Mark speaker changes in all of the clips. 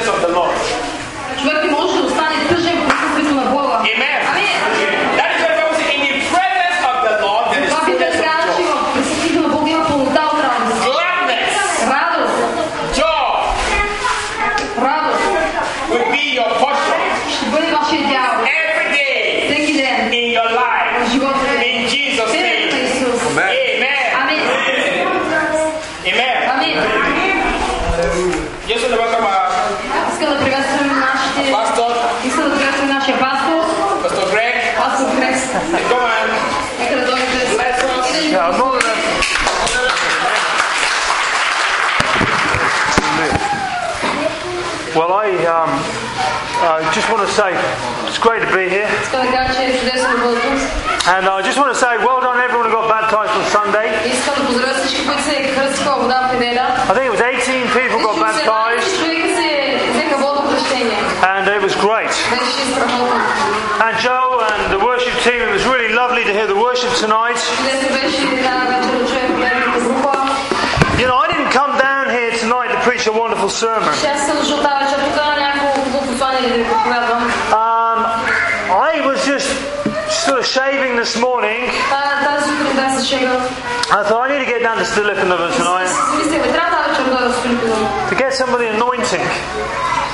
Speaker 1: Ами, Ами,
Speaker 2: Yo se lo voy a tomar.
Speaker 1: Искам да приветствам нашите...
Speaker 2: Пастор.
Speaker 1: Искам да приветствам нашия пастор,
Speaker 2: Pastor Greg,
Speaker 1: пастор Крекс.
Speaker 2: and come on.
Speaker 1: Нека да дойдете с
Speaker 2: Bless us.
Speaker 1: и да ни
Speaker 3: Yeah, no, no, Well, I um, uh, just want to say it's great to be here,
Speaker 1: Искам да кажа, че е чудесно да бъда тук.
Speaker 3: and I just want to say well done everyone who got baptised on Sunday.
Speaker 1: Искам да поздравя всички, които се кръстиха във вода в неделя.
Speaker 3: I think it was 18 people got
Speaker 1: Всички
Speaker 3: baptised,
Speaker 1: 17 човека се взеха водно кръщение.
Speaker 3: and it was great.
Speaker 1: Беше страхотно.
Speaker 3: And Joe and the worship team, it was really lovely to hear the worship tonight.
Speaker 1: Чудесно беше тази вечер да чуем големата група.
Speaker 3: You know, I didn't come down here tonight to preach a wonderful sermon.
Speaker 1: Ще аз съм дошъл тази вечер тук на няколко хубаво послание да ви проповядвам.
Speaker 3: Um, I was just sort of shaving this morning.
Speaker 1: Та- Тази сутрин да се шега.
Speaker 3: I thought I need to get down to Stilipanova tonight
Speaker 1: Мисля, бе, трябва тази вечер да дойда в Филипиново.
Speaker 3: to get some of the anointing,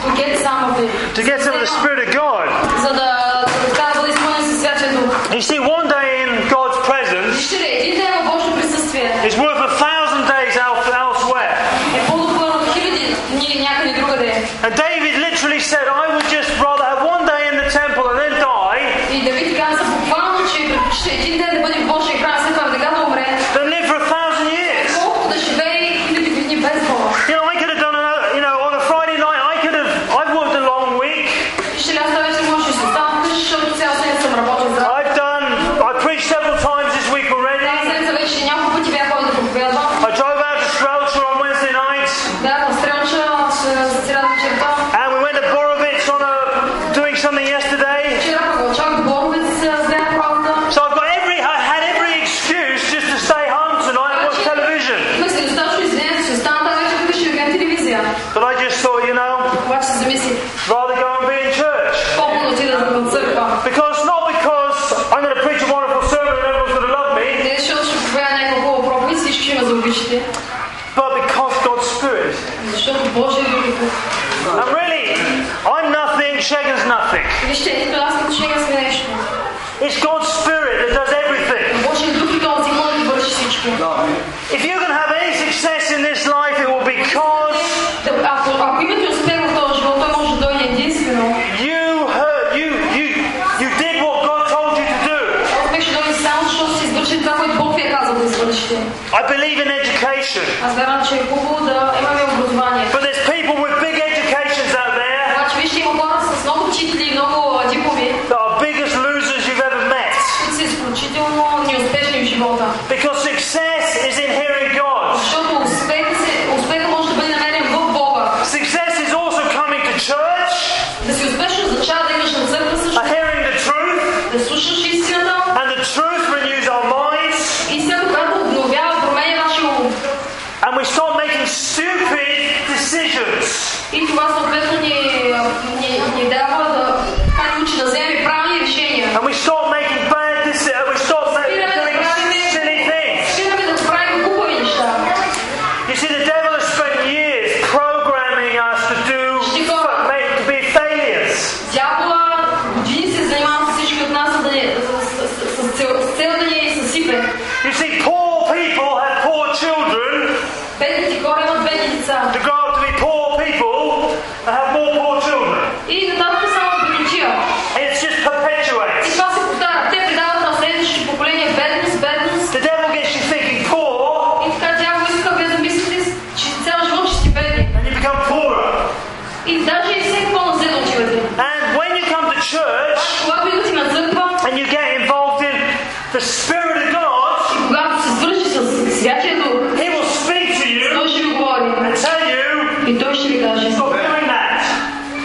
Speaker 1: To get some of it.
Speaker 3: to get some of the Spirit of God.
Speaker 1: За да, за да така да бъде изпълнен със Святия Дух.
Speaker 3: You see, one day in God's presence
Speaker 1: Вижте ли, един ден е в Божие присъствие
Speaker 3: is worth a thousand days out elsewhere.
Speaker 1: е по-добър от хиляди дни някъде другаде.
Speaker 3: And David literally said, I would just rather have one day in the temple and then die
Speaker 1: И Давид каза буквално, че предпочита един ден да бъде в Божия храм, след това веднага да умре,
Speaker 3: than live for a thousand years.
Speaker 1: колкото да живее хиляди дни без Бога.
Speaker 3: You know, I could have done another, you know, on a Friday night, I could have, I've worked a long week.
Speaker 1: Вижте ли, аз тази вечер може да се ставам вкъщи, защото цял ден съм работил за
Speaker 3: I've done, I preached several times this week already.
Speaker 1: тази седмица вече няколко пъти бях ходил да проповядвам.
Speaker 3: I drove out to Strelcher on Wednesday night,
Speaker 1: Бях в Стрелча с- за сряда вечерта.
Speaker 3: and we went to Borovitz on a doing something yesterday.
Speaker 1: Вчера пък отчак в Боровец с ден работа.
Speaker 3: So I've got every, I had every excuse just to stay home tonight and watch television.
Speaker 1: Имах се достатъчно извинен, че ще остана тази вечер вкъщи и да гледам телевизия.
Speaker 3: But I just thought, you know,
Speaker 1: Обаче се замислих,
Speaker 3: rather go and be in church.
Speaker 1: по-хубаво да отида на църква.
Speaker 3: Because not because I'm going to preach a wonderful sermon and everyone's going to love me,
Speaker 1: Не, защото ще проповяда някаква хубава проповед, всички има да обичате.
Speaker 3: but because God's Spirit.
Speaker 1: Защото Божия е ви любов.
Speaker 3: And really, I'm nothing, Shagan's nothing.
Speaker 1: Вижте, ето аз като човека сме нещо.
Speaker 3: It's God's Spirit that does everything.
Speaker 1: Божия дух и този може да върши всичко.
Speaker 3: If you're going to have any success in this life, it will be because
Speaker 1: е Да, Ако, ако имате успех в този живот, той може да дойде единствено.
Speaker 3: You heard you you you did what God told you to do.
Speaker 1: Успех ще дойде само, защото сте извършили това, което Бог ви е казал да извършите.
Speaker 3: I believe in education,
Speaker 1: Аз вярвам, че е хубаво да имаме образование.
Speaker 3: but there's people with big educations out there
Speaker 1: Обаче вижте, има хора с много титли и много а, дипломи,
Speaker 3: that are biggest losers you've ever met.
Speaker 1: които са изключително неуспешни в живота.
Speaker 3: Because success is in hearing God.
Speaker 1: Защото успехът се- успехът може да бъде намерен в Бога.
Speaker 3: Success is also coming to church,
Speaker 1: Да си успешен означава да имаш на църква също,
Speaker 3: uh, hearing the truth,
Speaker 1: да слушаш истината.
Speaker 3: and the truth renews our minds,
Speaker 1: Истината, която обновява, променя нашия ум.
Speaker 3: and we start making stupid decisions.
Speaker 1: И това съответно ни, ни, ни дава да така ни учи да вземем правилни решения.
Speaker 3: And we start making bad decisions, we start making doing silly things.
Speaker 1: Спираме да правим глупави неща.
Speaker 3: You see, the devil has spent years programming us to do, make, to be failures.
Speaker 1: Дявола години се занимава с всички от нас, за да ни, с, с, с, с, цел, с цел да ни съсипе.
Speaker 3: You see, poor people have poor children
Speaker 1: Бедните хора имат бедни деца.
Speaker 3: to grow up to be poor people and have more poor children.
Speaker 1: И нататък само приличия.
Speaker 3: It's just
Speaker 1: И
Speaker 3: perpetuates.
Speaker 1: това се повтаря. Те предават на следващото поколение бедност, бедност,
Speaker 3: The devil gets you thinking poor,
Speaker 1: И така тя го иска вие да мислите, че цял живот ще сте бедни.
Speaker 3: and you become poorer.
Speaker 1: И даже и все по-назад да отивате.
Speaker 3: And when you come to church
Speaker 1: Когато идвате на църква,
Speaker 3: and you get involved in the Spirit of God,
Speaker 1: когато се свържи с Святия Дух,
Speaker 3: He will speak to you
Speaker 1: той ще ви говори.
Speaker 3: and tell you,
Speaker 1: И той ще ви каже,
Speaker 3: stop doing that.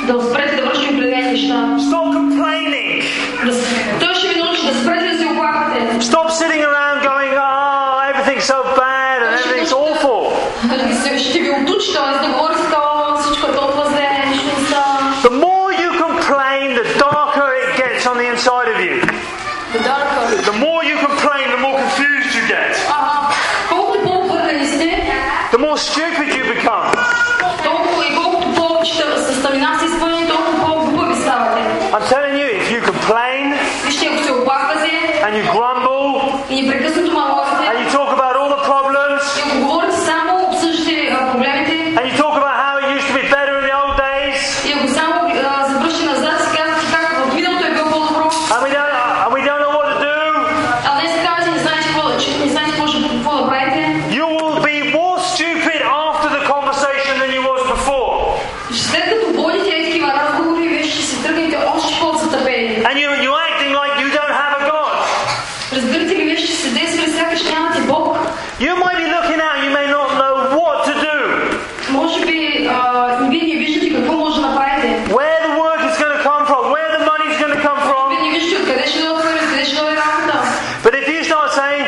Speaker 1: да спрете да вършите определени неща.
Speaker 3: Stop complaining.
Speaker 1: Да с- Той ще ви научи да спрете да се оплаквате.
Speaker 3: Stop sitting around going, oh, everything's so bad and everything's awful.
Speaker 1: Да ви се- Ще ви отучи, т.е. да говорите така, всичко е толкова зле, нищо не става.
Speaker 3: The more you complain, the darker it гets on the inside of you.
Speaker 1: Да дарка.
Speaker 3: The more you complain, the more confused you get.
Speaker 1: Ага, колкото по-объркани сте,
Speaker 3: The more stupid you become.
Speaker 1: толкова и колкото повече съставина се изпълни, толкова по-глупави ставате.
Speaker 3: I'm telling you, if you complain
Speaker 1: Вижте, ако се оплаквате
Speaker 3: and you grumble
Speaker 1: и ни е
Speaker 3: uh,
Speaker 1: Господи.
Speaker 3: And you, you're acting like you don't have a God.
Speaker 1: Разбирате ли, вие ще седите и сякаш нямате Бог.
Speaker 3: You might be looking out, you may not know what to do,
Speaker 1: Може би а, вие не виждате какво може да направите.
Speaker 3: where the work is going to come from, where the money's going to come from.
Speaker 1: Вие не виждате откъде ще дойде пари, откъде ще дойде работа.
Speaker 3: But if you start saying,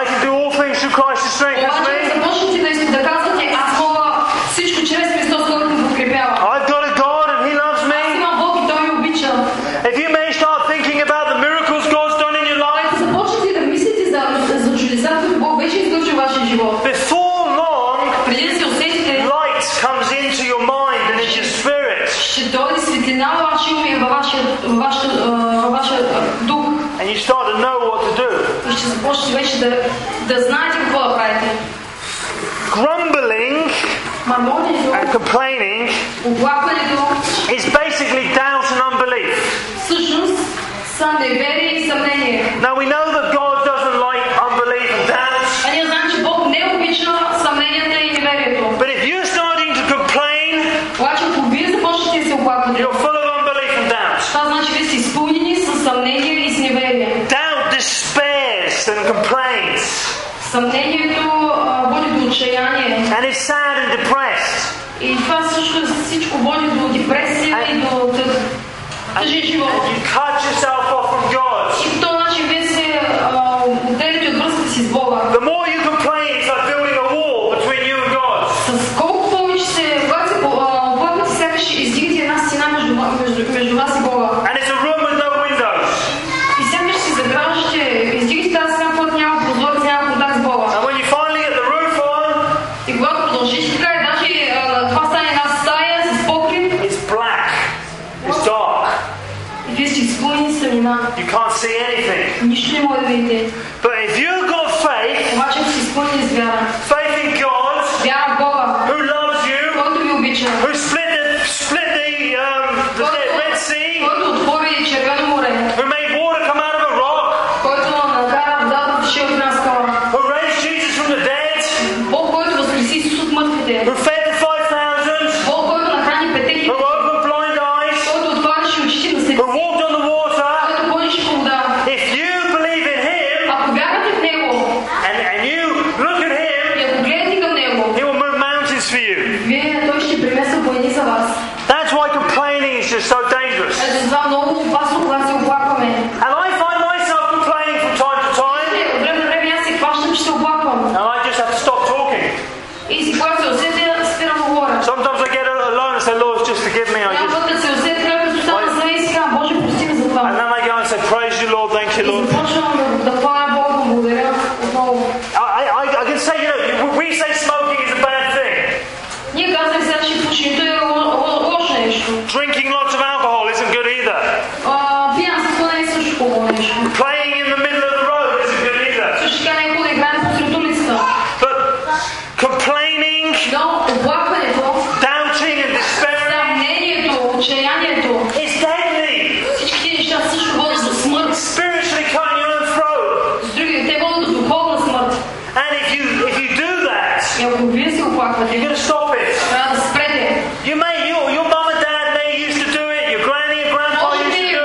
Speaker 3: I can do all things through Christ who strengthens
Speaker 1: Обаче
Speaker 3: me,
Speaker 1: ако започнете да, из- да казвате, аз мога всичко чрез Христос, който ме подкрепява.
Speaker 3: I've got a God and He loves
Speaker 1: Аз
Speaker 3: me.
Speaker 1: имам Бог и Той ме обича.
Speaker 3: If you may start thinking about the miracles God's done in your life,
Speaker 1: Ако започнете да мислите за, за чудеса, които Бог вече извърши в вашия живот,
Speaker 3: before long,
Speaker 1: преди да се усетите,
Speaker 3: light comes into your mind and into your spirit,
Speaker 1: ще дойде светлина във вашия ум и във вашия, във вашия, във вашия а, дух.
Speaker 3: and you start to know what to do.
Speaker 1: И ще започнете вече да, да знаете какво да правите.
Speaker 3: Grumbling
Speaker 1: Мърмонето,
Speaker 3: and complaining
Speaker 1: оплакването,
Speaker 3: is basically doubt and unbelief.
Speaker 1: всъщност са неверие и съмнение.
Speaker 3: Now we know that God doesn't like unbelief and doubt,
Speaker 1: А ние знаем, че Бог не обича съмненията и неверието.
Speaker 3: but if you're starting to complain,
Speaker 1: Обаче, ако вие започнете да се оплаквате,
Speaker 3: you're full of unbelief and doubt.
Speaker 1: това значи, вие сте изпълнени с съмнение и с неверие.
Speaker 3: Doubt despairs and complains
Speaker 1: Съмнението а, води до отчаяние.
Speaker 3: and is sad and depressed.
Speaker 1: И това също е всичко води до депресия и до тъ- тъжен живот.
Speaker 3: You cut yourself off from God.
Speaker 1: И по този начин вие се а, отделяте от връзката си с Бога.
Speaker 3: The more you complain, it's like building a wall between you and God.
Speaker 1: С колко повече се когато се по- а, оплаквате, сякаш издигате една стена между, ва- между, между вас и Бога.
Speaker 3: And it's a room with no windows.
Speaker 1: И сякаш се заграждате, издигате тази стена, която няма прозорец, няма контакт с Бога.
Speaker 3: And when you finally get the roof on,
Speaker 1: И когато продължите така, и даже а, това стане една стая с покрив,
Speaker 3: it's black. It's dark.
Speaker 1: и вие сте изпълнени с сърнина.
Speaker 3: You can't see anything.
Speaker 1: Нищо не може да видите.
Speaker 3: But if you've got faith,
Speaker 1: Обаче, ако си изпълнени с вяра,
Speaker 3: faith in God,
Speaker 1: вяра в Бога,
Speaker 3: who loves you,
Speaker 1: който ви обича,
Speaker 3: who split the split the um, the Red Sea,
Speaker 1: който отвори Червено море,
Speaker 3: who made water come out of a rock.
Speaker 1: който накара вода да тече от една скала,
Speaker 3: who raised Jesus from the dead,
Speaker 1: Бог, който възкреси Исус от мъртвите,
Speaker 3: who fed the 5,000,
Speaker 1: Бог, който нахрани петехи,
Speaker 3: who opened blind eyes,
Speaker 1: който отваряше очите на слепите,
Speaker 3: who walked on the water.
Speaker 1: който ходеше по вода.
Speaker 3: If you believe in Him
Speaker 1: Ако вярвате в Него
Speaker 3: and, and you look at Him,
Speaker 1: и ако гледате към Него,
Speaker 3: He will move mountains for you.
Speaker 1: вие, Той ще премества планини за вас.
Speaker 3: That's why complaining is just so dangerous.
Speaker 1: Ето това много опасно, когато се оплакваме.
Speaker 3: And I find myself complaining from time to time,
Speaker 1: Знаете, От време на време аз се хващам, че се оплаквам.
Speaker 3: and I just have to stop talking.
Speaker 1: И си, когато се усетя, спирам да говоря.
Speaker 3: Sometimes I get alone and say, Lord, just forgive me. I
Speaker 1: Трябва
Speaker 3: just,
Speaker 1: да се е усетя, като остана за мен и си казвам, Боже, прости ме за това.
Speaker 3: and then I go and say, Praise you, Lord, thank you,
Speaker 1: И
Speaker 3: Lord.
Speaker 1: започвам да хваля Бога, да му благодаря отново.
Speaker 3: I, I, I can say, you know, we say smoking is a bad thing.
Speaker 1: Ние казахме сега, че пушенето е ло- ло- лошо нещо.
Speaker 3: Drinking lots of alcohol isn't good either.
Speaker 1: А, Пиянството не е също хубаво нещо.
Speaker 3: Playing in the middle of the road isn't good either.
Speaker 1: Също така не е хубаво да играем посред улицата.
Speaker 3: But complaining,
Speaker 1: Но оплакването,
Speaker 3: doubting, and despairing
Speaker 1: съмнението, отчаянието,
Speaker 3: is deadly.
Speaker 1: всички тези неща също водят до смърт.
Speaker 3: Spiritually cutting your own throat.
Speaker 1: С други, те водят до духовна смърт.
Speaker 3: And if you if you do that,
Speaker 1: И ако вие се
Speaker 3: you're
Speaker 1: оплаквате,
Speaker 3: gonna stop it.
Speaker 1: трябва да спрете.
Speaker 3: You may your your mum and dad may used to do it, your granny and grandpa
Speaker 1: Може
Speaker 3: used to
Speaker 1: би,
Speaker 3: do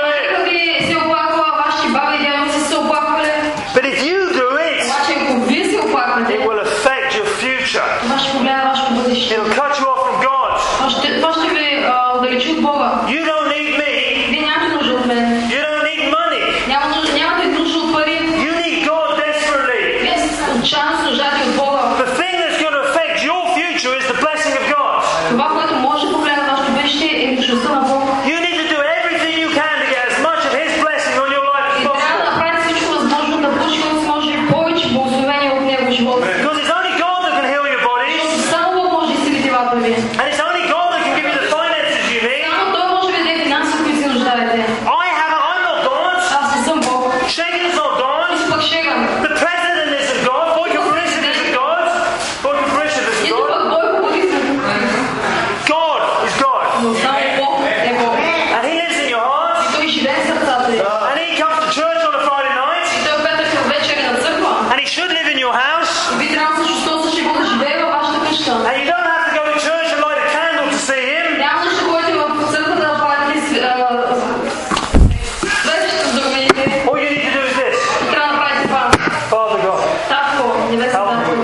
Speaker 3: it.
Speaker 1: майка ви се оплаква, вашите баби и дядо си се оплаквали.
Speaker 3: But if you do it,
Speaker 1: Обаче, ако вие се
Speaker 3: it
Speaker 1: оплаквате,
Speaker 3: will affect your future.
Speaker 1: това ще повлияе вашето бъдеще.
Speaker 3: It'll cut you off from God.
Speaker 1: Това ще, това ще ви а, отдалечи от Бога.
Speaker 3: You don't need me.
Speaker 1: Вие нямате нужда от мен.
Speaker 3: You don't need money.
Speaker 1: Няма нужда, нямате нужда от пари.
Speaker 3: You need God desperately.
Speaker 1: Вие сте отчаяно служати от Бога.
Speaker 3: The thing that's going to affect your future is the blessing of God.
Speaker 1: Това, което може да повлияе на вашето бъдеще, е личността на Бога.
Speaker 3: You need to do everything you can to get as much of His blessing on your life as
Speaker 1: И трябва да
Speaker 3: possible.
Speaker 1: направите всичко възможно да получите колкото се може повече благословение от Него в живота. си.
Speaker 3: Because it's only God that can heal your body,
Speaker 1: Защото само Бог може да изцели телата ви.
Speaker 3: and it's only God that can give you the finances you need,
Speaker 1: Само Той може да ви даде е нали? е Значи,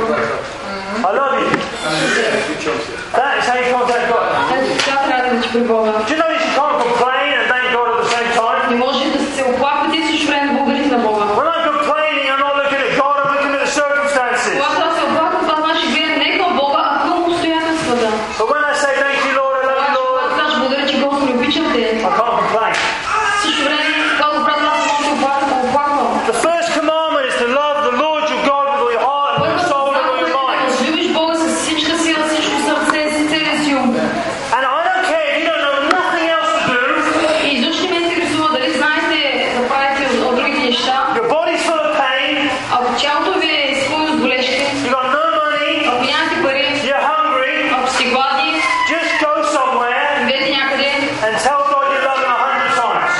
Speaker 1: при Бога.
Speaker 3: Do you notice you can't complain and thank God at the same time?
Speaker 1: Не можете да се оплаквате и в същото време да благодарите на Бога.
Speaker 3: When I'm complaining, I'm not looking at God, I'm looking at the circumstances.
Speaker 1: Когато аз се оплаквам, това значи гледам не към Бога, а към обстоятелствата.
Speaker 3: But when I say thank you, Lord, I love you, Lord,
Speaker 1: Когато кажеш благодаря, че Господ ме обичате,
Speaker 3: I can't complain.
Speaker 1: в същото време, когато брат, аз мога да се оплаквам, да оплаквам.
Speaker 3: The first commandment is to love the Lord your God with all your heart, and all
Speaker 1: Първо
Speaker 3: your soul, and all your mind.
Speaker 1: да любиш Бога с всичка сила, всичко сърце, с целия си ум.
Speaker 3: And I don't care if you don't know nothing else to do.
Speaker 1: И изобщо не ме интересува дали знаете да правите от другите неща.
Speaker 3: Your body's full of pain.
Speaker 1: Ако тялото ви е изпълнено с болешки,
Speaker 3: You got no money.
Speaker 1: ако нямате пари,
Speaker 3: You're hungry.
Speaker 1: ако сте гладни,
Speaker 3: Just go somewhere
Speaker 1: идете някъде
Speaker 3: and tell God you love Him a hundred times.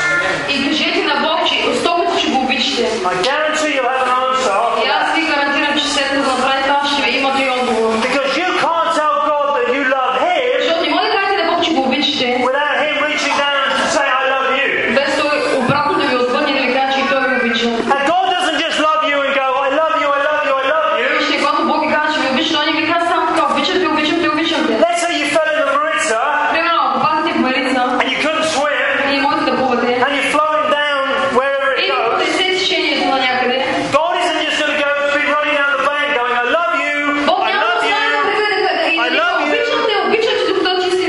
Speaker 1: и кажете на Бог, че остопите, че го обичате.
Speaker 3: I guarantee you'll have an answer
Speaker 1: И
Speaker 3: after that.
Speaker 1: аз ви гарантирам, че след като направите това, ще ви имате и отговор.
Speaker 3: Because you can't tell God that you love Him
Speaker 1: Защото не може да кажете на Бог, че го обичате,
Speaker 3: without Him reaching down to say I love you.
Speaker 1: без той обратно да ви отвърне и да ви каже, че и той ви обича.
Speaker 3: And God doesn't just love you and go I love you, I love you, I love you.
Speaker 1: Вижте, когато Бог ви каже, че ви обича, той не ви казва само така, обичам те, обичам те, обичам те.
Speaker 3: Let's say you fell in the Maritza
Speaker 1: Примерно, ако падате в Марица
Speaker 3: and you couldn't swim
Speaker 1: и не можете да плувате,
Speaker 3: and you're flowing down wherever it
Speaker 1: и
Speaker 3: goes.
Speaker 1: потресе течението на някъде,
Speaker 3: God isn't just going to go be running down the bank going, I love you,
Speaker 1: Бог
Speaker 3: I
Speaker 1: няма да
Speaker 3: love
Speaker 1: остане да
Speaker 3: you.
Speaker 1: отиде да и
Speaker 3: I
Speaker 1: да ви
Speaker 3: love you.
Speaker 1: обичам те, обичам те, докато ти си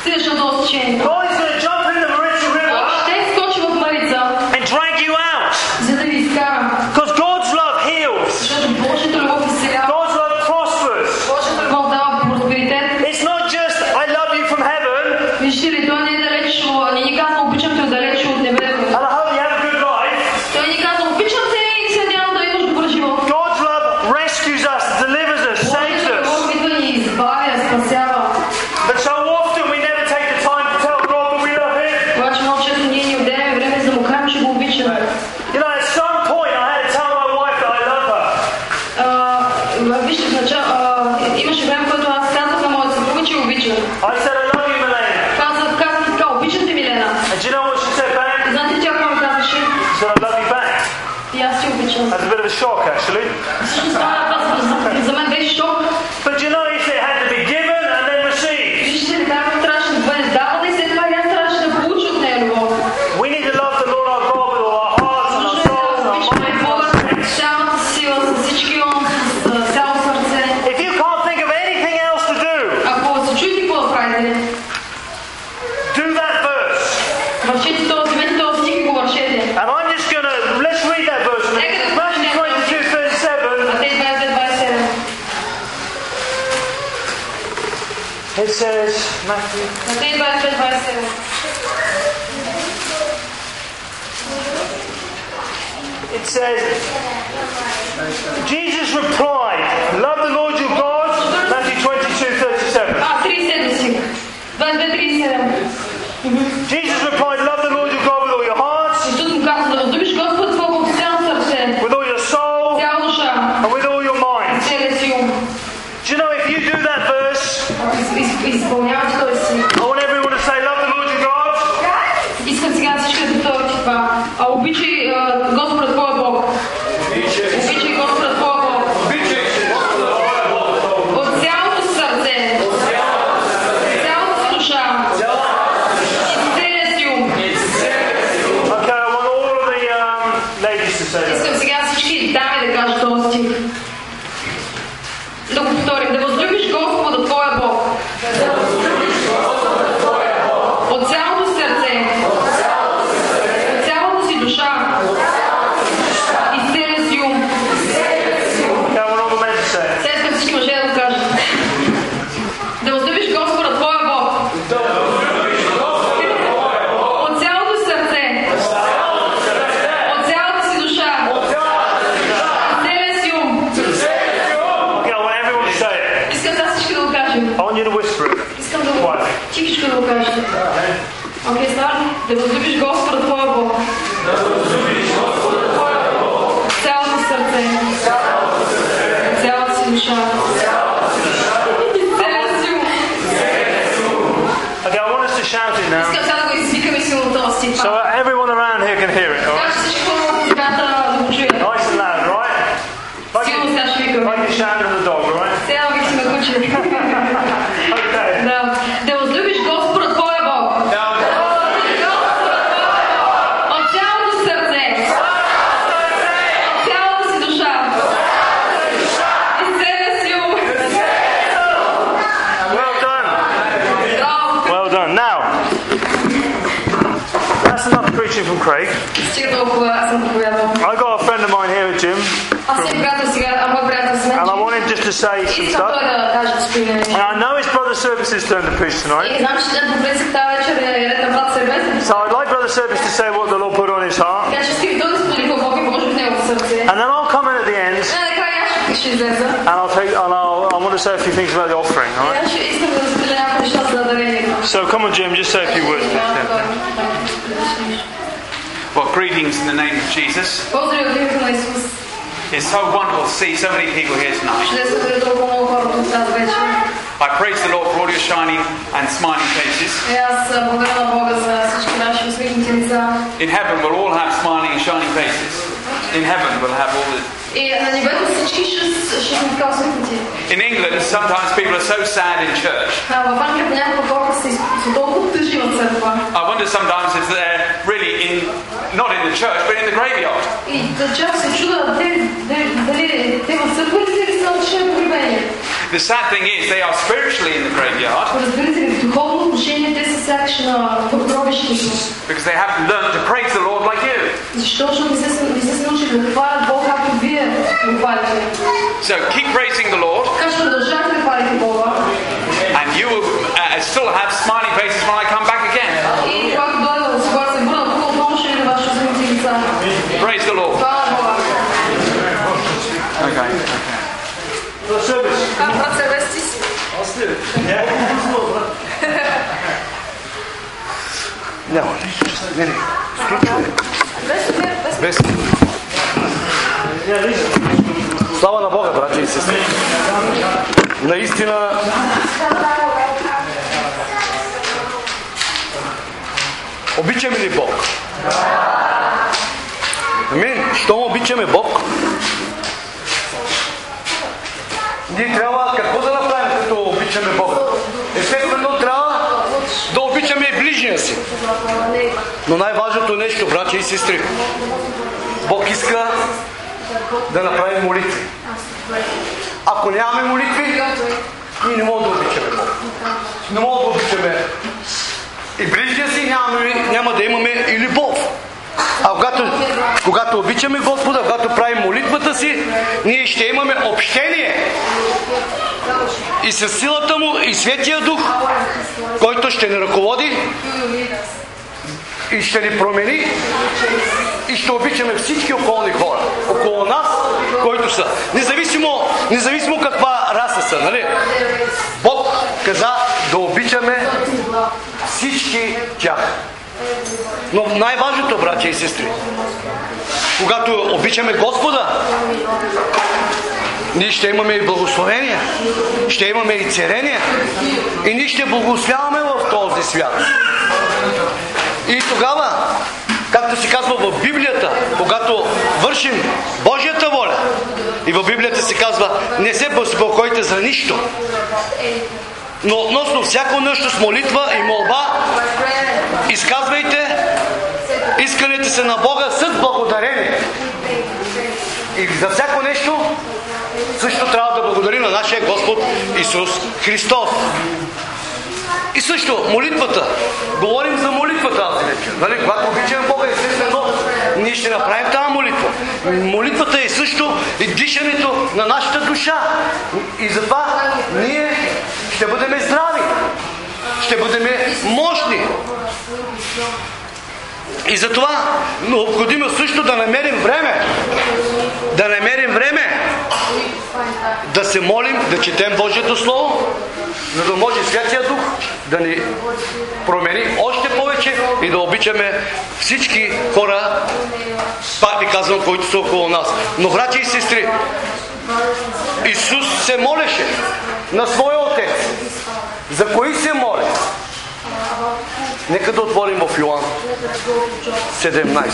Speaker 1: стигаш на долу течението.
Speaker 3: God is going to jump in the rich
Speaker 1: Бог
Speaker 3: river
Speaker 1: ще скочи в Марица,
Speaker 3: and drag you out.
Speaker 1: за да ви изкара,
Speaker 3: Because God's love heals.
Speaker 1: защото Божията любов изцелява.
Speaker 3: God's love prospers.
Speaker 1: Божията любов дава просперитет.
Speaker 3: It's not just I love you from heaven
Speaker 1: Вижте ли, той не е далеч, о, не ни казва, обичам те далеч от
Speaker 3: and
Speaker 1: небето.
Speaker 3: I hope you have a good life.
Speaker 1: Той ни казва, обичам те и се надявам да имаш добър живот.
Speaker 3: God's love rescues us, delivers us, saves
Speaker 1: Божията
Speaker 3: us.
Speaker 1: любов идва и ни избавя, спасява.
Speaker 3: But so often we never take the time to tell God that we love Him.
Speaker 1: Обаче много често ние ни отделяме време, за да му кажем, че го обичаме.
Speaker 3: You know, at some point I had to tell my wife that I love her.
Speaker 1: А, Вижте, в начало, а, имаше време, в което аз казах на моята съпруга, че я обичам.
Speaker 3: I said, I love you, Milena.
Speaker 1: Казах, казах така, обичам те, Милена.
Speaker 3: And do you know what she said back?
Speaker 1: И знаете, тя какво ми казваше?
Speaker 3: She said, I love you back.
Speaker 1: И аз ти обичам.
Speaker 3: That's a bit of a shock, actually.
Speaker 1: Всъщност това, това за, за мен беше шок.
Speaker 3: But you notice it had to be given and then received.
Speaker 1: Вижте ли, как трябваше да бъде давана и след това и аз трябваше да получа от нея любов.
Speaker 3: We need to love the Lord our God with all our hearts and our souls and our minds and our strength. If you can't think of anything else to do, do that verse. And I'm just going to, let's read that verse. a minute. Matthew 22, 37. It says, Matthew, it says, Jesus replied, love the Lord your God, Matthew 22, 37.
Speaker 1: е
Speaker 3: Jesus replied, love the Lord your God with all your heart, with all your soul, and with all your mind. Do you know if you do that verse,
Speaker 1: Изпълнявате той си.
Speaker 3: I want everyone to say, love the Lord your God.
Speaker 1: Искам сега всички да повторите това. А обичай а, Господа Твоя Бог. Обичай Господа Твоя Бог. От цялото сърце. От цялата душа. И с целия си ум.
Speaker 3: Okay, I want all of the um, ladies to say that.
Speaker 1: Искам сега всички дами да кажат този стих. Да го повторим. Да възлюбиш Господа Твоя Бог. От цялото сърце. От цялата си душа. И с целия си ум.
Speaker 3: Okay, I want all the men to say it.
Speaker 1: Сега искам всички мъже да го кажат. Да възлюбиш Господа Твоя Бог. От цялото сърце. От цялата си душа. От целия си ум.
Speaker 3: Okay, I want everyone to say it.
Speaker 1: Искам сега всички да го кажем.
Speaker 3: I want you to whisper it.
Speaker 1: Искам да го
Speaker 3: Quietly.
Speaker 1: тихичко да го кажете. Окей, стар, да възлюбиш Господа Твоя Бог. От Цялото сърце. От Цялата си душа. От Целия си ум.
Speaker 3: Okay, I want us to shout it now.
Speaker 1: Искам сега да го извикаме силно този стих.
Speaker 3: So that everyone around here can hear it, alright?
Speaker 1: Така че всички хора в сграда да го чуят.
Speaker 3: Nice and loud, right? Like
Speaker 1: Силно
Speaker 3: you,
Speaker 1: сега ще викаме.
Speaker 3: like you shout at the dog,
Speaker 1: е.
Speaker 3: alright?
Speaker 1: Сега викаме куче.
Speaker 3: Okay.
Speaker 1: Да. Да възлюбиш Господа Твоя
Speaker 3: teaching from Craig.
Speaker 1: Стих толкова аз съм проповядал.
Speaker 3: I got a friend of mine here at gym,
Speaker 1: Аз съм приятел сега, а мой приятел с мен.
Speaker 3: and I want him just to say some
Speaker 1: Искам той е.
Speaker 3: stuff.
Speaker 1: да каже, че стои на
Speaker 3: And I know it's Brother Service's turn to preach tonight,
Speaker 1: И знам, че ден по принцип тази вечер е ред на брат Сербес.
Speaker 3: so I'd like Brother Service to say what the Lord put on his heart,
Speaker 1: Така че ще ви той да сподели какво ви може е в неговото сърце.
Speaker 3: and then I'll come in at the end,
Speaker 1: А накрая аз ще- ще излеза.
Speaker 3: and I'll take, and I'll, I want to say a few things about the offering. All right?
Speaker 1: Аз ще искам да е споделя някои неща за дарението.
Speaker 3: So come on, Jim, just say a few words.
Speaker 1: е,
Speaker 3: Yeah.
Speaker 4: Well, greetings in the name of Jesus.
Speaker 1: е, Поздрави от името на Исус.
Speaker 4: It's so wonderful to see so many people here tonight.
Speaker 1: Чудесно да видя толкова много хора тук тази вечер.
Speaker 4: I praise the Lord for all your shining and smiling faces.
Speaker 1: И аз а, благодаря на Бога за всички наши усмихнати лица.
Speaker 4: In heaven, we'll all have smiling and shining faces. In heaven, we'll have all the.
Speaker 1: И на небето всички ще, с- ще сме така усмихнати.
Speaker 4: In England, sometimes people are so sad in church.
Speaker 1: А, в Англия понякога хората са, из- са толкова тъжни от църква.
Speaker 4: I wonder sometimes if they're really in, not in the church, but in the graveyard.
Speaker 1: И да чак се чуда, те, те- дали те в църква ли са или са отишли погребени?
Speaker 4: The sad thing is, they are spiritually in the graveyard
Speaker 1: Разбирате ли, в духовно отношение те са сякаш на гробището.
Speaker 4: because they haven't learned to praise the Lord like you.
Speaker 1: Защо? Защото не се, са- не са се научили да хвалят Бог, както вие го хвалите.
Speaker 4: So keep praising the Lord,
Speaker 1: Така че продължавате да хвалите Бога.
Speaker 4: and you will uh, still have smiling faces when I come back again.
Speaker 1: И когато дойда в Скоро се върна, тук отново ще е видя вашите усмихнати лица.
Speaker 4: Praise the Lord.
Speaker 1: Това е Бога.
Speaker 4: Okay.
Speaker 3: Brother Service.
Speaker 1: Как брат Сервести си? Без умер, без
Speaker 5: Слава на Бога, братя и сестри! Наистина... Обичаме ли Бог? Амин. Щом обичаме Бог, ние трябва какво да направим, като обичаме Бога? Естествено, трябва да обичаме и ближния си. Но най-важното е нещо, братя и сестри, Бог иска да направим молитви. Ако нямаме молитви, ние не можем да обичаме Бог. Не можем да обичаме и ближния си, нямаме, няма да имаме и любов. А когато, когато обичаме Господа, когато правим молитвата си, ние ще имаме общение и с силата му, и Светия Дух, който ще ни ръководи и ще ни промени и ще обичаме всички околни хора около нас, които са. Независимо, независимо каква раса са, нали? Бог каза да обичаме всички тях. Но най-важното, братя и сестри, когато обичаме Господа, ние ще имаме и благословения, ще имаме и церения и ние ще благославяме в този свят. И тогава, както се казва в Библията, когато вършим Божията воля, и в Библията се казва, не се безпокойте за нищо, но относно всяко нещо с молитва и молба, изказвайте искането се на Бога с благодарение. И за всяко нещо също трябва да благодарим на нашия Господ Исус Христос. И също молитвата. Говорим за молитвата тази вечер. Нали? Когато обичаме Бога, естествено, ние ще направим тази молитва. Молитвата е също и дишането на нашата душа. И затова ние ще бъдем здрави. Ще бъдем мощни. И затова е необходимо също да намерим време. Да намерим време да се молим, да четем Божието Слово, за да може Святия Дух да ни промени още повече и да обичаме всички хора, пак ви казвам, които са около нас. Но, братя и сестри, Исус се молеше на Своя Отец. За кои се моли? Нека да отворим в Йоан 17.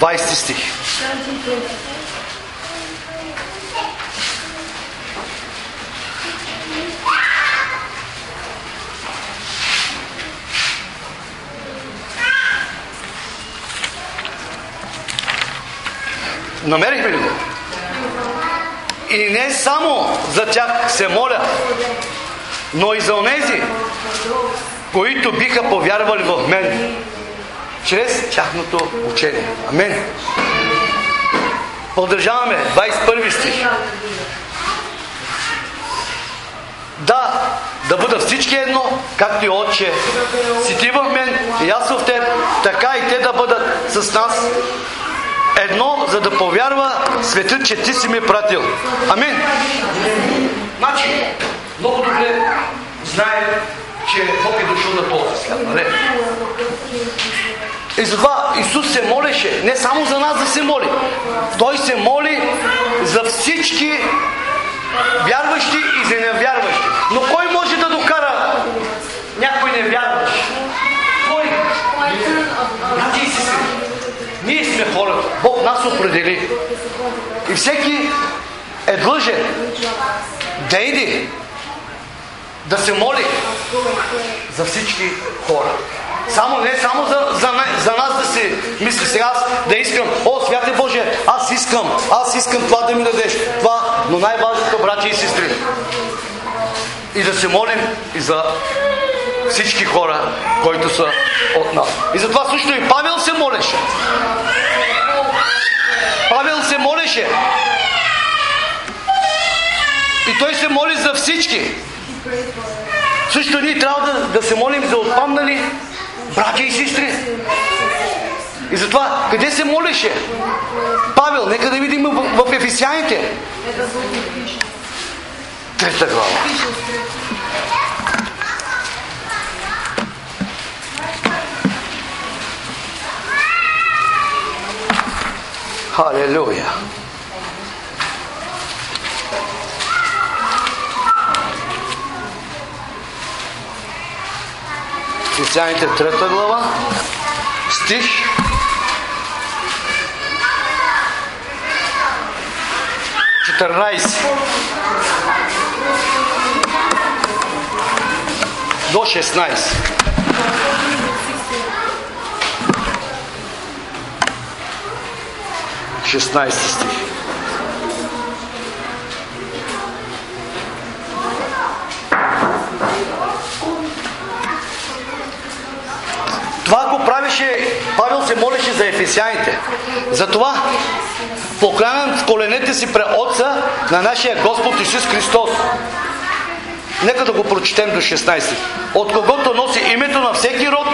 Speaker 5: Вайсти стих. Намерихме ли го? И не само за тях се моля, но и за онези, които биха повярвали в мен, чрез тяхното учение. Амен. Продължаваме. 21 стих. Да, да бъда всички едно, както и Отче. Си ти в мен и аз в теб, така и те да бъдат с нас. Едно, за да повярва светът, че ти си ми пратил. Амин. Значи, много добре знае, че Бог е дошъл на този свят. Нали? И затова Исус се молеше, не само за нас да се моли. Той се моли за всички вярващи и за невярващи. Но кой може да докара някой невярващ? Кой? Брати и сестри, ние сме хората. Бог нас определи. И всеки е длъжен да иде да се моли за всички хора. Само не само за, за, на- за нас да си мисли сега аз да искам, о, святе Боже, аз искам, аз искам това да ми дадеш, това, но най-важното, братя и сестри, и да се молим и за всички хора, които са от нас. И затова също и Павел се молеше. Павел се молеше. И той се моли за всички. Също ние трябва да, да се молим за отпаднали братя и сестри. И затова, къде се молеше? Павел, нека да видим в, в Ефесяните. Трета глава. Халелуя. Ефесяните трета глава, стих 14 до 16. Шестнадцати стих. Това го правеше, Павел се молеше за ефесяните. Затова поклянам с коленете си пре Отца на нашия Господ Исус Христос. Нека да го прочетем до 16. От когото носи името на всеки род,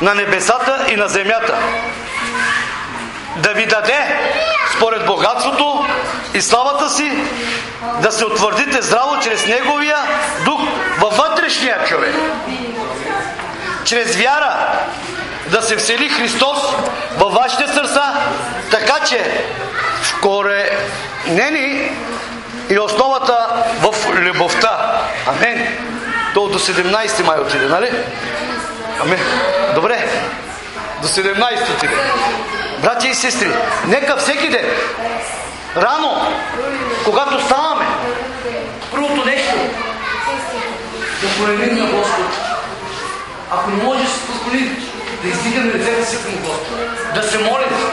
Speaker 5: на небесата и на земята. Да ви даде според богатството и славата си да се утвърдите здраво чрез Неговия дух във вътрешния човек чрез вяра да се всели Христос във вашите сърца, така че вкоренени и основата в любовта. Амен. То до 17 май отиде, нали? Амен. Добре. До 17 отиде. Братя и сестри, нека всеки ден, рано, когато ставаме, първото нещо, да проявим на Господ ако не можеш да си позволи да издигаме лицето си към Господ, да се молим.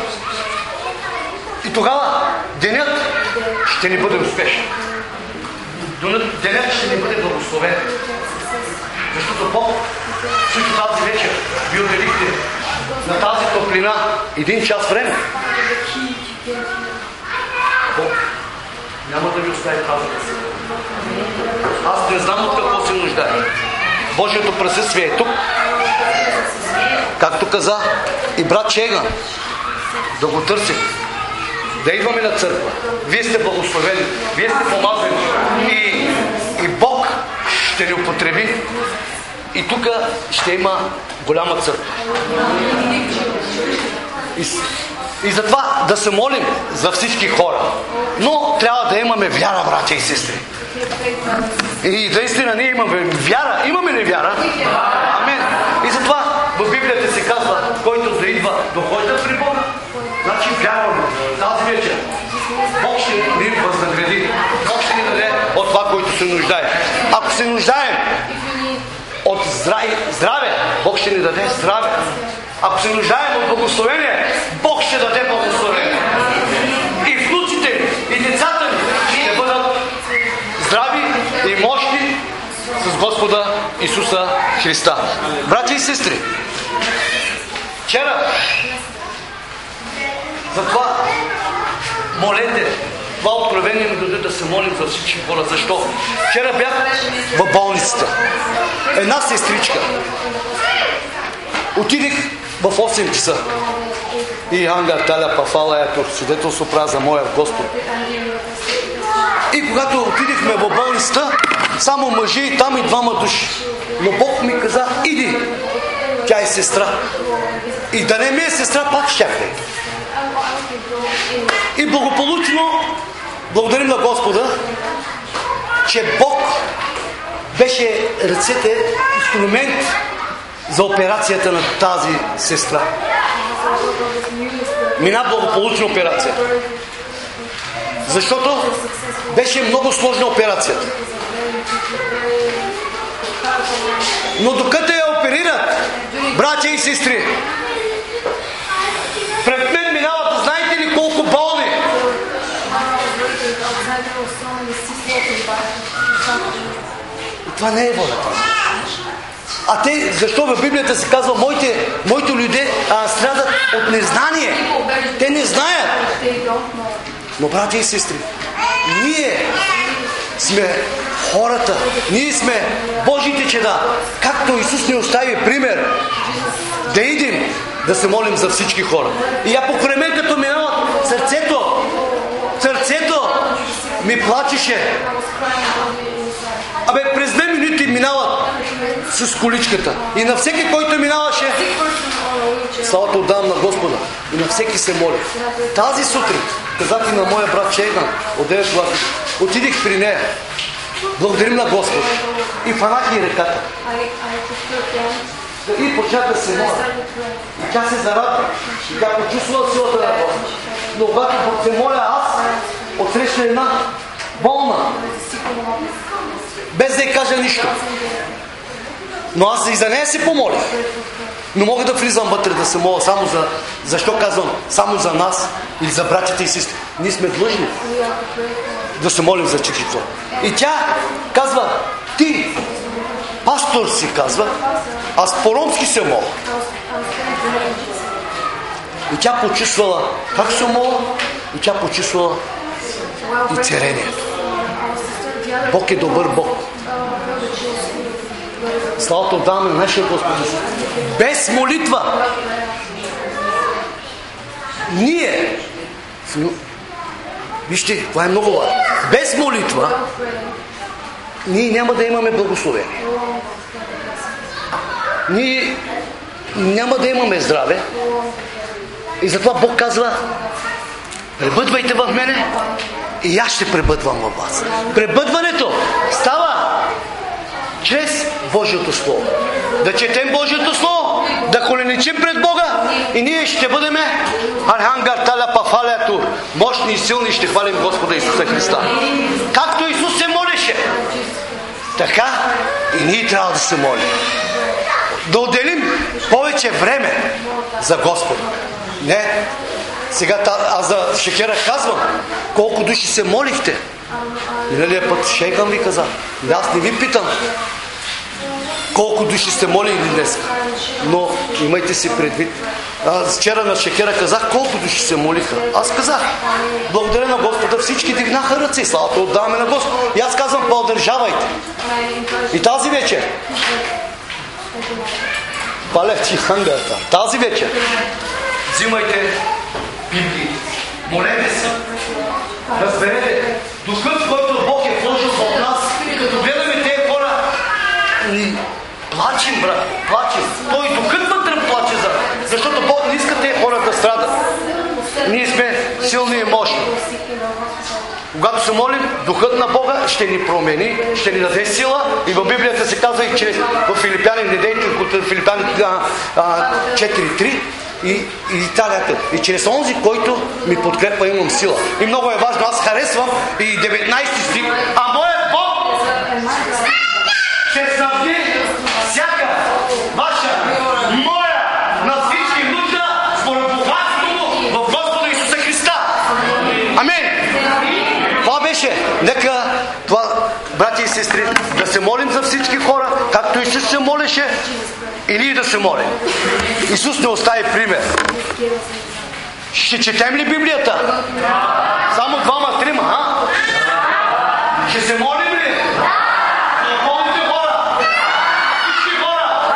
Speaker 5: И тогава денят ще ни бъде успешен. Денят- Денят ще ни бъде благословен. Защото Бог също тази вечер ви отделихте на тази топлина един час време. Бог няма да ви остави тази късмет. Аз не знам от какво се нуждае. Божието присъствие е тук. Както каза и брат Чеган, да го търсим. Да идваме на църква. Вие сте благословени. Вие сте помазани. И, и Бог ще ни употреби. И тук ще има голяма църква. И, с- и затова да се молим за всички хора. Но трябва да имаме вяра, братя и сестри. И наистина ние имаме вяра. Имаме ли вяра? Амен. И затова в Библията се казва, който да идва, дохожда при Бога. Значи вярваме. Тази вечер. Бог ще ни възнагради. Бог ще ни даде от това, което се нуждае. Ако се нуждаем от здраве, здраве Бог ще ни даде здраве. Ако се нуждаем от благословение, Бог ще даде благословение. И внуците, и децата ни ще бъдат здрави и мощни с Господа Исуса Христа. Брати и сестри, вчера затова молете това откровение ми даде да се молим за всички хора. Защо? Вчера бях в болницата. Една сестричка. Отидих в 8 часа. И Ангар Таля Пафала е тук. Свидетелство правя за моя Господ. И когато отидихме в болницата, само мъже и там и двама души. Но Бог ми каза, иди, тя е сестра. И да не ми е сестра, пак щях да е. И благополучно благодарим на Господа, че Бог беше ръцете инструмент за операцията на тази сестра. Мина благополучна операция. Защото беше много сложна операцията. Но докато я оперират, братя и сестри, пред мен минават, знаете ли колко болни? Това не е волята. А те, защо в Библията се казва, моите, моите люди а, страдат от незнание. Те не знаят. Но, брати и сестри, ние сме хората, ние сме Божите чеда. Както Исус ни остави пример, да идем да се молим за всички хора. И я покрай мен като минават сърцето, сърцето ми плачеше. Абе, през две минути минават с количката. И на всеки, който минаваше, Славата отдавам на Господа и на всеки се моля. Тази сутрин казах и на моя брат Чейган от 9 гласа. Отидих при нея. Благодарим на Господа. И фанах и реката. И почна да се моля. И тя се зарадва. И тя почувства силата на Бога. Но когато се моля аз, отсрещна една болна. Без да й кажа нищо. Но аз и за нея се помолих. Не мога да влизам вътре да се моля само за... Защо казвам? Само за нас или за братята и сестри. Ние сме длъжни да се молим за всички хора. И тя казва, ти пастор си казва, аз по-ромски се моля. И тя почувствала как се моля, и тя почувствала и церението. Бог е добър Бог. Славата отдаваме на нашия Господ Исус. Без молитва ние сме- вижте, това е много важно. Без молитва ние няма да имаме благословение. Ние няма да имаме здраве. И затова Бог казва, пребъдвайте в мене и аз ще пребъдвам във вас. Пребъдването става чрез Божието Слово. Да четем Божието Слово, да коленичим пред Бога и ние ще бъдем архангар таля пафалято, мощни и силни ще хвалим Господа Исуса Христа. Както Исус се молеше, така и ние трябва да се молим. Да отделим повече време за Господа. Не, сега та- аз за шекера казвам, колко души се молихте. Миналия път шейхан ви каза, «Бе, аз не ви питам колко души сте молили днес. Но имайте си предвид. Аз вчера на шекера казах колко души се молиха. Аз казах, благодаря на Господа, всички дигнаха ръце и славата отдаваме на Господа. И аз казвам, поудържавайте. И тази вечер, палев ти хангата, тази вечер, взимайте библии, молете се, разберете, духът, който Бог е вложил в нас, като гледаме тези хора, ни плачем, брат, плачем. Той духът вътре плаче за нас, защото Бог не иска тези хора да страдат. Ние сме силни и мощни. Когато се молим, духът на Бога ще ни промени, ще ни даде сила. И в Библията се казва и че в Филипяни, не дейте, от Филипяни а, а, 4.3, и, и талята. И чрез онзи, който ми подкрепа, имам сила. И много е важно. Аз харесвам и 19 стих. А моят Бог ще събди всяка ваша, моя, на всички сестри, да се молим за всички хора, както Исус се молеше, и ние да се молим. Исус не остави пример. Ще четем ли Библията? Само двама, трима, а? Ще се молим ли? За околните хора? За всички хора?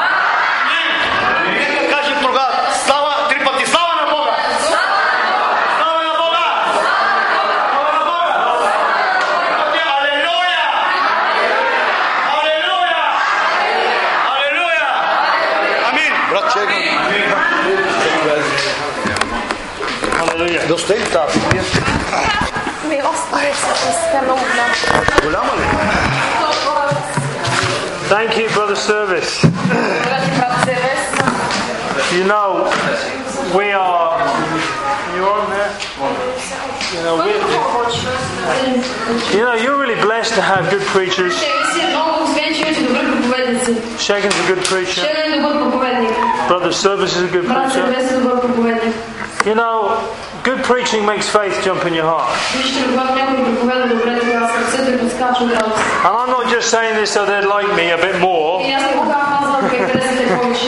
Speaker 5: Ние. Нека кажем тогава, слава, три пъти, слава на Бога! Слава на Бога! Слава на Бога! Пъти, алелуя! Алелуя! Алелуя! Амин! Брат Чегън. Да успели тази?
Speaker 6: Ми остане сте много голям.
Speaker 5: Голяма ли?
Speaker 3: Thank you, Brother Service. You know, we are. You on there? You know, we, you know, you're really blessed to have good preachers.
Speaker 1: Ще си е много, освен че вече добри проповедници.
Speaker 3: Shagan's a good preacher.
Speaker 1: Ще е добър проповедник.
Speaker 3: Brother Service is a good
Speaker 1: Брат
Speaker 3: preacher.
Speaker 1: Сервес е добър проповедник.
Speaker 3: You know, good preaching makes faith jump in your heart.
Speaker 1: Вижте, когато някой проповеда добре, тогава сърцето им подскача от радост.
Speaker 3: And I'm not just saying this so they'd like me a bit more.
Speaker 1: И аз не го казвам, как харесате повече.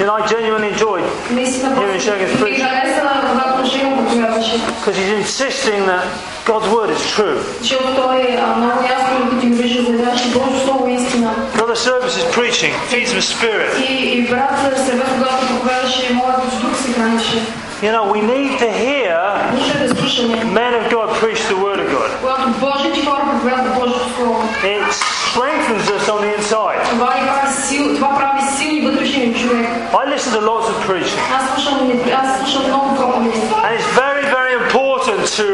Speaker 3: You know, I genuinely enjoyed
Speaker 1: Наистина,
Speaker 3: Here in Shagan's
Speaker 1: просто ми
Speaker 3: preaching.
Speaker 1: хареса, когато Шего проповядваше.
Speaker 3: because he's insisting that God's word is true.
Speaker 1: Защото той е, а, много ясно и категорично заявяваше Божие Слово е истина.
Speaker 3: Brother Service is preaching, feeds the spirit.
Speaker 1: И, и брат Сервес, когато проповядваше, моят дух се хранеше.
Speaker 3: You know, we need to hear
Speaker 1: Нужно е да слушаме.
Speaker 3: men of God preach the word of God.
Speaker 1: Когато Божите хора проповядват Божието Слово,
Speaker 3: It strengthens us on the inside.
Speaker 1: това, ни прави сил, това прави силни вътрешния човек.
Speaker 3: I listen to lots of preaching,
Speaker 1: Аз слушам, не- аз слушам много проповеди.
Speaker 3: and it's very, very important to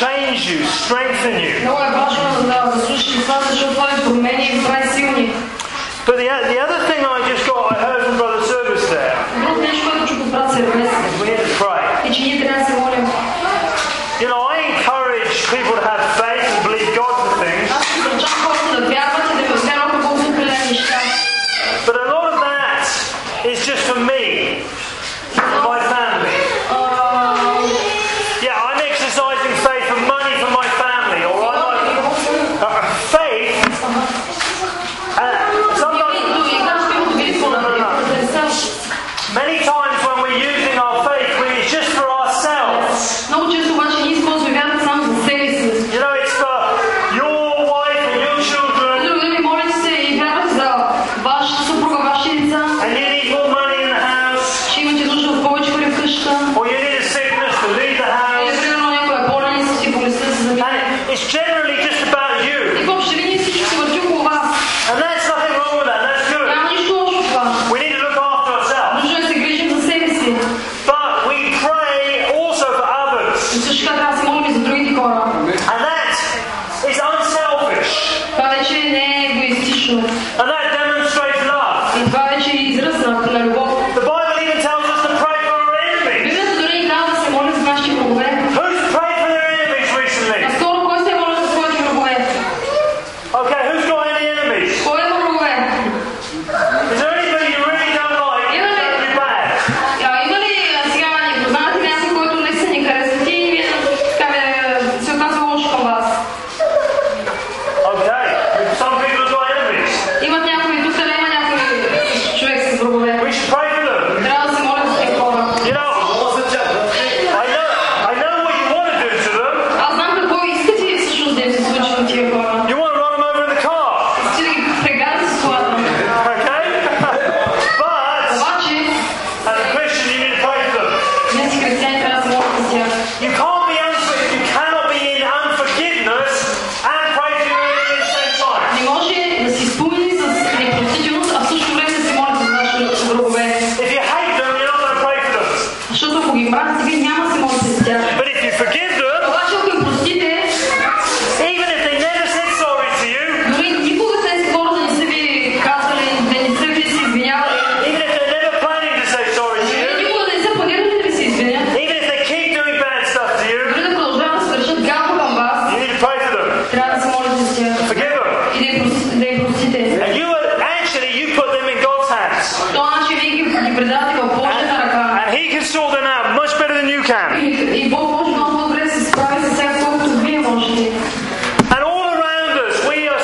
Speaker 3: change you, strengthen you.
Speaker 1: Много е важно да, да слушаш това, защото това ни променя и ни прави силни.
Speaker 3: But the, the other thing I just got, I heard from Brother Service there,
Speaker 1: Друго нещо, което чух от брат Сервес,
Speaker 3: we need to pray.
Speaker 1: е, че ние трябва да се молим.
Speaker 3: You know, I encourage people to have faith and believe God for things,
Speaker 1: Аз насърчавам хората да вярват и да вярват в Бог за определени неща.
Speaker 3: but a lot of that is just for me, for my family.
Speaker 1: А,
Speaker 3: Yeah, I'm exercising faith for money for my family, all right? Uh, faith. Uh, sometimes, many times when we're using our faith, we, it's just for ourselves.
Speaker 1: Много често обаче ние използваме вярата само за себе си.
Speaker 3: You know, it's for your wife and your children,
Speaker 1: Друго ви молите се и вярвате за вашата съпруга, вашите деца,
Speaker 3: and you need more money in the house,
Speaker 1: че имате нужда от повече пари вкъща.
Speaker 3: or you need a sickness to leave the
Speaker 1: Или
Speaker 3: house.
Speaker 1: примерно някой е болен и си болестта се замине.
Speaker 3: And it's generally just about you.
Speaker 1: И въобще винаги всичко се върти около вас.
Speaker 3: And that's nothing wrong with that, that's good.
Speaker 1: Няма нищо лошо в това.
Speaker 3: We need to look after ourselves.
Speaker 1: Нужно е да се грижим за себе си.
Speaker 3: But we pray also for others.
Speaker 1: Но също така трябва да се молим и за другите хора.
Speaker 3: And that is unselfish.
Speaker 1: Това вече не е егоистично.
Speaker 3: And that demonstrates love.
Speaker 1: И това вече е израз на, на любов.
Speaker 3: The Bible even tells us to pray for our enemies.
Speaker 1: Библията дори ни казва да се молим за нашите врагове.
Speaker 3: Who's prayed for their enemies recently?
Speaker 1: Наскоро кой се е молил за своите врагове?
Speaker 3: Okay, who's got any enemies?
Speaker 1: Кой е врагове?
Speaker 3: Is there anybody you really don't like?
Speaker 1: Even
Speaker 3: It's
Speaker 1: if-
Speaker 3: really bad.
Speaker 1: А, има ли а, сега, не познавате ли някой, който не се ни харесва ти и вие така ме- се отнася лошо към вас?
Speaker 3: Okay, some people have got enemies.
Speaker 1: Имат някои, тук ли има някой човек с врагове?
Speaker 3: We should pray for them.
Speaker 1: Трябва да се молим за тези хора.
Speaker 3: You know, I know, I know what you want to do to them.
Speaker 1: Аз знам какво искате всъщност да им се случи на тия хора.
Speaker 3: You want to run them over in the car,
Speaker 1: Искате да ги прегарите с колата.
Speaker 3: okay? but
Speaker 1: Обаче,
Speaker 3: as a Christian, you need to pray for them.
Speaker 1: днес и християни трябва да се молим за тях.
Speaker 3: You can't be unfor- you cannot be in unforgiveness and pray for your enemy at the same time.
Speaker 1: Не може да си спомни с непростителност, а в същото време да се молят за нашите врагове.
Speaker 3: If you hate them, you're not going to pray for them.
Speaker 1: Защото ако ги мразите, вие няма да се молите за тях.
Speaker 3: But if you forgive them,
Speaker 1: Обаче ако им простите,
Speaker 3: even if they never said sorry to you,
Speaker 1: дори никога тези хора да не са ви казвали, да не са ви се извинявали,
Speaker 3: even if they're never planning to say sorry to you,
Speaker 1: дори никога да не са планирали да ви се извинят,
Speaker 3: even if they keep doing bad stuff to you,
Speaker 1: дори да продължават да свършат гадно към вас,
Speaker 3: you need to pray for them.
Speaker 1: трябва да се молите за тях
Speaker 3: Forgive them.
Speaker 1: и да им простите. Да им простите.
Speaker 3: And you are, actually, you put them in God's hands.
Speaker 1: В този начин значи, вие ги ги предавате в Божията ръка.
Speaker 3: And He can sort them out much better than you can.
Speaker 1: И, и Бог може много добре да се справи с тях, колкото вие можете.
Speaker 3: And all around us, we are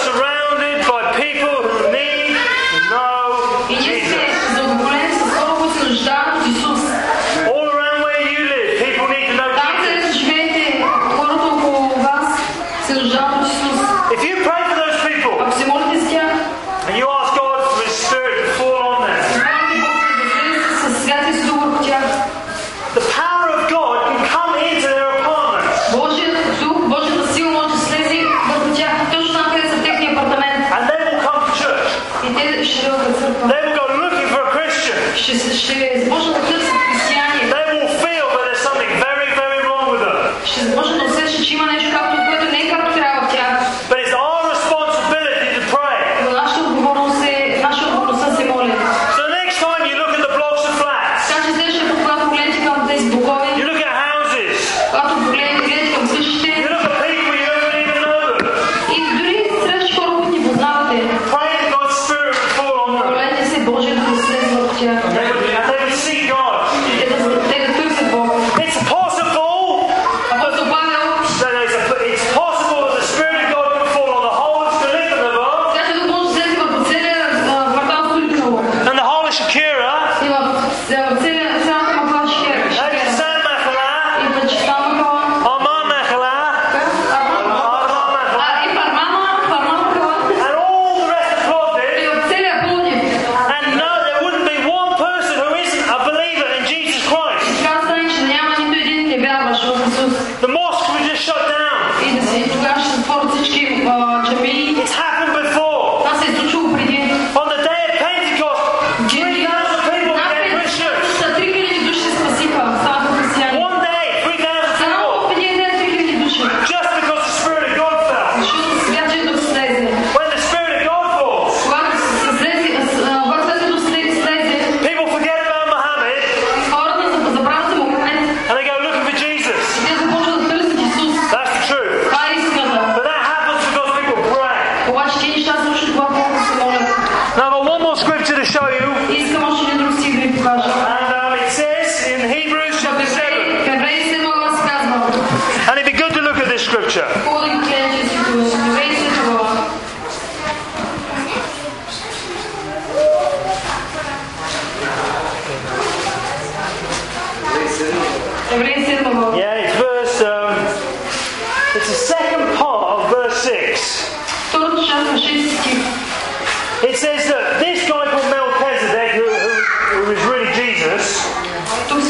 Speaker 1: ще, ще започнат да търсят християни,
Speaker 3: They will feel that there's something very, very wrong with them.
Speaker 1: ще започнат да усещат, че има нещо, както, което не е както трябва в тях.
Speaker 3: But it's our responsibility to pray.
Speaker 1: Но нашата отговорност е, наша отговорността се моля.
Speaker 3: So next time you look at the blocks of flats,
Speaker 1: Така че следващия път, когато погледнете към тези богове,
Speaker 3: you look at houses,
Speaker 1: когато погледнете гледате към
Speaker 3: you
Speaker 1: къщите
Speaker 3: look at people you don't even know them.
Speaker 1: и дори срещаш хора, които не познавате,
Speaker 3: Pray that God's Spirit would fall on them.
Speaker 1: молете се Божие да се върху тях.
Speaker 3: They would, they would seek God.
Speaker 1: Те да, те да търсят Бог.
Speaker 3: It's possible
Speaker 1: Апостол Павел
Speaker 3: that there's a, it's possible that the Spirit of God would fall on the whole of Philippians
Speaker 1: Така че да може да слезе върху целия а, квартал Столипново
Speaker 3: and the whole of Shakira
Speaker 1: и в а, целия цялата махала Шикера.
Speaker 3: and
Speaker 1: Шикера.
Speaker 3: San Makala,
Speaker 1: И пред Чиста махала.
Speaker 3: Armand Makala, Armand Makala,
Speaker 1: А и Пармана, Пармана махала.
Speaker 3: and all the rest of Plovdiv.
Speaker 1: И от целия Пловдив.
Speaker 3: And no, there wouldn't be one person who isn't a believer in Jesus Christ.
Speaker 1: Така стане, че няма нито един невярващ в Исус.
Speaker 3: The mosque was just shut down.
Speaker 1: И да се и тогава ще затворят всички а, джамии.
Speaker 3: It's happened before.
Speaker 1: Това се е случило преди.
Speaker 3: On the day of Pentecost, 3,000 people became Christians.
Speaker 1: Са 3000 души се спасиха. Станаха християни.
Speaker 3: One day, 3,000
Speaker 1: Само
Speaker 3: people.
Speaker 1: в един ден 3000 души.
Speaker 3: Just because the Spirit of God fell.
Speaker 1: Защото Святия Дух слезе.
Speaker 3: When the Spirit of God falls,
Speaker 1: Когато се слезе, а, когато Святия Дух слезе, слезе,
Speaker 3: people forget about Muhammad
Speaker 1: Хората са забравят за момент
Speaker 3: and they go looking for Jesus.
Speaker 1: и те започват да търсят Исус.
Speaker 3: That's the truth.
Speaker 1: Това е истината.
Speaker 3: But that happens because people pray.
Speaker 1: Обаче тези неща се случват, когато хората се молят.
Speaker 3: Now, I've got one more scripture to show you,
Speaker 1: И Искам още един друг стих да ви покажа.
Speaker 3: and um, it says in Hebrews chapter 7.
Speaker 1: Евреи- Евреи 7 глава се казва.
Speaker 3: And it'd be good to look at this scripture.
Speaker 1: Хубаво да ги гледате тези стихове. Евреи 7 глава. Евреи 7 глава.
Speaker 3: Yeah, it's verse. Um, it's the second part of verse six.
Speaker 1: Втората част на 6 стих.
Speaker 3: It says that this guy called Melchizedek, who, who, who is really Jesus,
Speaker 1: Тук е,
Speaker 3: Е,
Speaker 1: е е Е, е, е нали, е Е, значи, е е Нали е е е
Speaker 3: Uh, Oh,
Speaker 1: е
Speaker 3: е